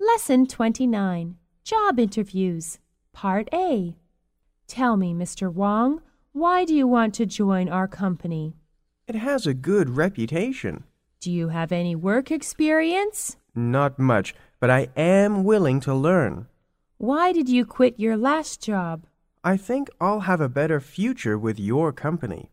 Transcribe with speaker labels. Speaker 1: Lesson 29 Job Interviews Part A Tell me, Mr. Wong, why do you want to join our company?
Speaker 2: It has a good reputation.
Speaker 1: Do you have any work experience?
Speaker 2: Not much, but I am willing to learn.
Speaker 1: Why did you quit your last job?
Speaker 2: I think I'll have a better future with your company.